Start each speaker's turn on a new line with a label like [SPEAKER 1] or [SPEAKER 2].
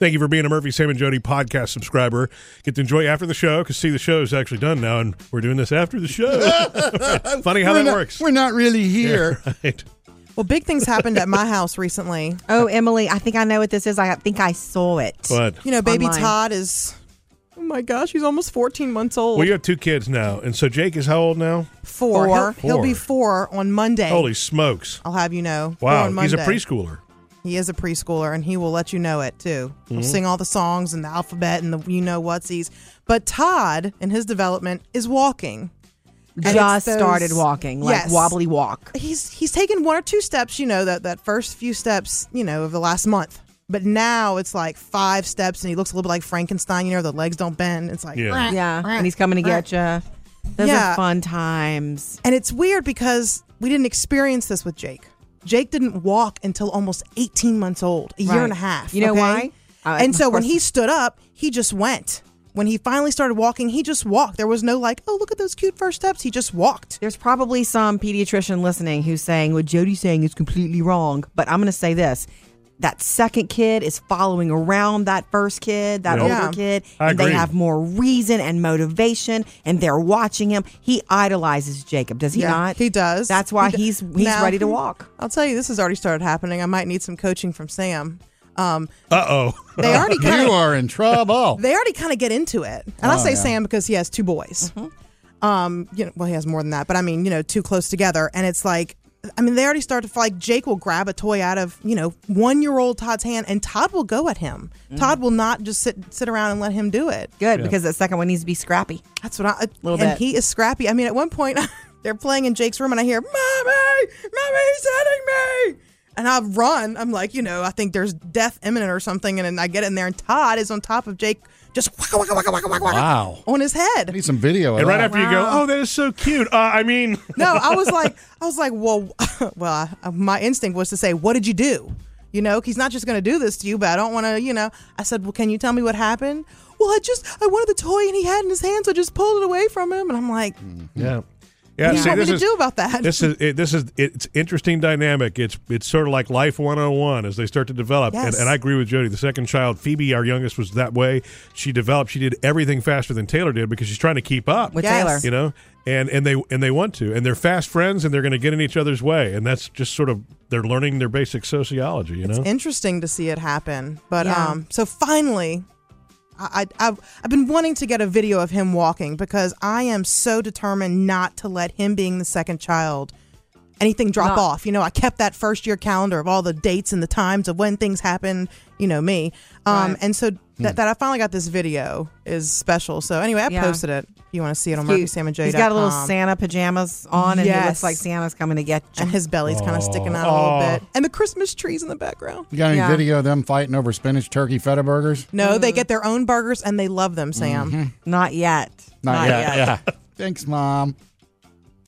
[SPEAKER 1] Thank you for being a Murphy, Sam, and Jody podcast subscriber. Get to enjoy after the show because see, the show is actually done now, and we're doing this after the show. Funny how
[SPEAKER 2] we're
[SPEAKER 1] that
[SPEAKER 2] not,
[SPEAKER 1] works.
[SPEAKER 2] We're not really here.
[SPEAKER 1] Right.
[SPEAKER 3] Well, big things happened at my house recently.
[SPEAKER 4] Oh, Emily, I think I know what this is. I think I saw it.
[SPEAKER 1] But
[SPEAKER 3] You know, baby
[SPEAKER 4] Online.
[SPEAKER 3] Todd is. Oh my gosh, he's almost 14 months old.
[SPEAKER 1] well, you have two kids now, and so Jake is how old now?
[SPEAKER 3] 4
[SPEAKER 4] Four.
[SPEAKER 3] He'll, he'll be four on Monday.
[SPEAKER 1] Holy smokes!
[SPEAKER 3] I'll have you know. four
[SPEAKER 1] Wow,
[SPEAKER 3] on
[SPEAKER 1] he's a
[SPEAKER 3] Monday.
[SPEAKER 1] preschooler.
[SPEAKER 3] He is a preschooler, and he will let you know it too. He'll
[SPEAKER 1] Mm-hmm.
[SPEAKER 3] sing all the songs and the alphabet and the you know whatsies. But Todd, in his development, is walking. And it's
[SPEAKER 4] Just
[SPEAKER 3] those-
[SPEAKER 4] started walking, like
[SPEAKER 3] Yes.
[SPEAKER 4] wobbly walk.
[SPEAKER 3] He's he's taken one or two steps, you know, that that first few steps, you know, of the last month. But now it's like five steps, and he looks a little bit like Frankenstein. You know, the legs don't bend. It's like,
[SPEAKER 1] Yeah.
[SPEAKER 4] Yeah, and he's coming to get you. Those
[SPEAKER 3] Yeah.
[SPEAKER 4] are fun times.
[SPEAKER 3] and it's weird because we didn't experience this with Jake. Jake didn't walk until almost 18 months old, a year
[SPEAKER 4] Right.
[SPEAKER 3] and a half.
[SPEAKER 4] You know
[SPEAKER 3] okay?
[SPEAKER 4] why? Uh,
[SPEAKER 3] and so when he stood up, he just went. When he finally started walking, he just walked. There was no like, oh, look at those cute first steps. He just walked.
[SPEAKER 4] There's probably some pediatrician listening who's saying what Jody's saying is completely wrong, but I'm going to say this. That second kid is following around that first kid, that
[SPEAKER 1] Yeah.
[SPEAKER 4] older
[SPEAKER 3] Yeah.
[SPEAKER 4] kid,
[SPEAKER 1] I
[SPEAKER 4] and
[SPEAKER 1] agree.
[SPEAKER 4] they have more reason and motivation, and they're watching him. He idolizes Jacob, does he
[SPEAKER 3] Yeah,
[SPEAKER 4] not?
[SPEAKER 3] he does.
[SPEAKER 4] That's why
[SPEAKER 3] He do-
[SPEAKER 4] he's he's
[SPEAKER 3] Now-
[SPEAKER 4] ready to walk.
[SPEAKER 3] I'll tell you, this has already started happening. I might need some coaching from Sam. Um,
[SPEAKER 1] Uh oh.
[SPEAKER 3] they already kind of
[SPEAKER 2] you are Oh, in trouble.
[SPEAKER 3] they already kind of get into it. And I'll say Sam because he has two boys.
[SPEAKER 4] Mm-hmm.
[SPEAKER 3] Um, you know, well, he has more than that, but I mean, you know, two close together, and it's like, I mean, they already start to like Jake will grab a toy out of you know one year old Todd's hand, and Todd will go at him.
[SPEAKER 4] Mm-hmm.
[SPEAKER 3] Todd will not just sit sit around and let him do it.
[SPEAKER 4] Good, because that second one needs to be scrappy.
[SPEAKER 3] That's what I. uh,
[SPEAKER 4] Little
[SPEAKER 3] and
[SPEAKER 4] bit.
[SPEAKER 3] he is scrappy. I mean, at one point, they're playing in Jake's room, and I hear, "Mommy, mommy, he's hitting me!" And I run. I'm like, you know, I think there's death imminent or something, and, then I get in there, and Todd is on top of Jake, just waka waka waka waka waka, waka
[SPEAKER 2] Wow.
[SPEAKER 3] on his
[SPEAKER 2] I
[SPEAKER 3] head.
[SPEAKER 2] need some video. Of
[SPEAKER 1] And right
[SPEAKER 2] that.
[SPEAKER 1] after you go, oh, that is so cute. Uh, I mean,
[SPEAKER 3] No, I was like, I was like, well, well, I, my instinct was to say, what did you do? You know, he's not just going to do this to you, but I don't want to, you know. I said, well, can you tell me what happened? Well, I just, I wanted the toy and he had it in his hands. I just pulled it away from him. And I'm like,
[SPEAKER 1] yeah, yeah.
[SPEAKER 3] what do you
[SPEAKER 1] see,
[SPEAKER 3] want me
[SPEAKER 1] this
[SPEAKER 3] to
[SPEAKER 1] is
[SPEAKER 3] do about that?
[SPEAKER 1] this is it, this is it's interesting dynamic. It's it's sort of like life 101 as they start to develop.
[SPEAKER 3] Yes.
[SPEAKER 1] And, and I agree with Jody. The second child, Phoebe, our youngest, was that way. She developed. She did everything faster than Taylor did because she's trying to keep up.
[SPEAKER 4] With
[SPEAKER 3] Yes.
[SPEAKER 4] Taylor.
[SPEAKER 1] you know, and and they and they want to, and they're fast friends, and they're going to get in each other's way, and that's just sort of they're learning their basic sociology. You know,
[SPEAKER 3] interesting to see it happen. But
[SPEAKER 4] Yeah.
[SPEAKER 3] um, so finally, I, I I've, I've been wanting to get a video of him walking because I am so determined not to let him being the second child anything drop
[SPEAKER 4] Not-
[SPEAKER 3] off. You know, I kept that first year calendar of all the dates and the times of when things happened. You know me. Um,
[SPEAKER 4] Right.
[SPEAKER 3] and so
[SPEAKER 1] Hmm.
[SPEAKER 3] that, that I finally got this video is special. So anyway, I
[SPEAKER 4] Yeah.
[SPEAKER 3] posted it. If you want to see it on Murphy
[SPEAKER 4] Cute.
[SPEAKER 3] Sam and Jay.
[SPEAKER 4] He's got a little Santa pajamas on, and he
[SPEAKER 3] Yes.
[SPEAKER 4] looks like Santa's coming to get you.
[SPEAKER 3] and his belly's kind of sticking out a
[SPEAKER 1] Aw.
[SPEAKER 3] little bit, and the Christmas trees in the background.
[SPEAKER 2] You got any
[SPEAKER 4] Yeah.
[SPEAKER 2] video of them fighting over spinach turkey feta burgers?
[SPEAKER 3] No, they get their own burgers and they love them, Sam.
[SPEAKER 4] Not yet.
[SPEAKER 2] Not, yet. Yeah. Thanks, mom.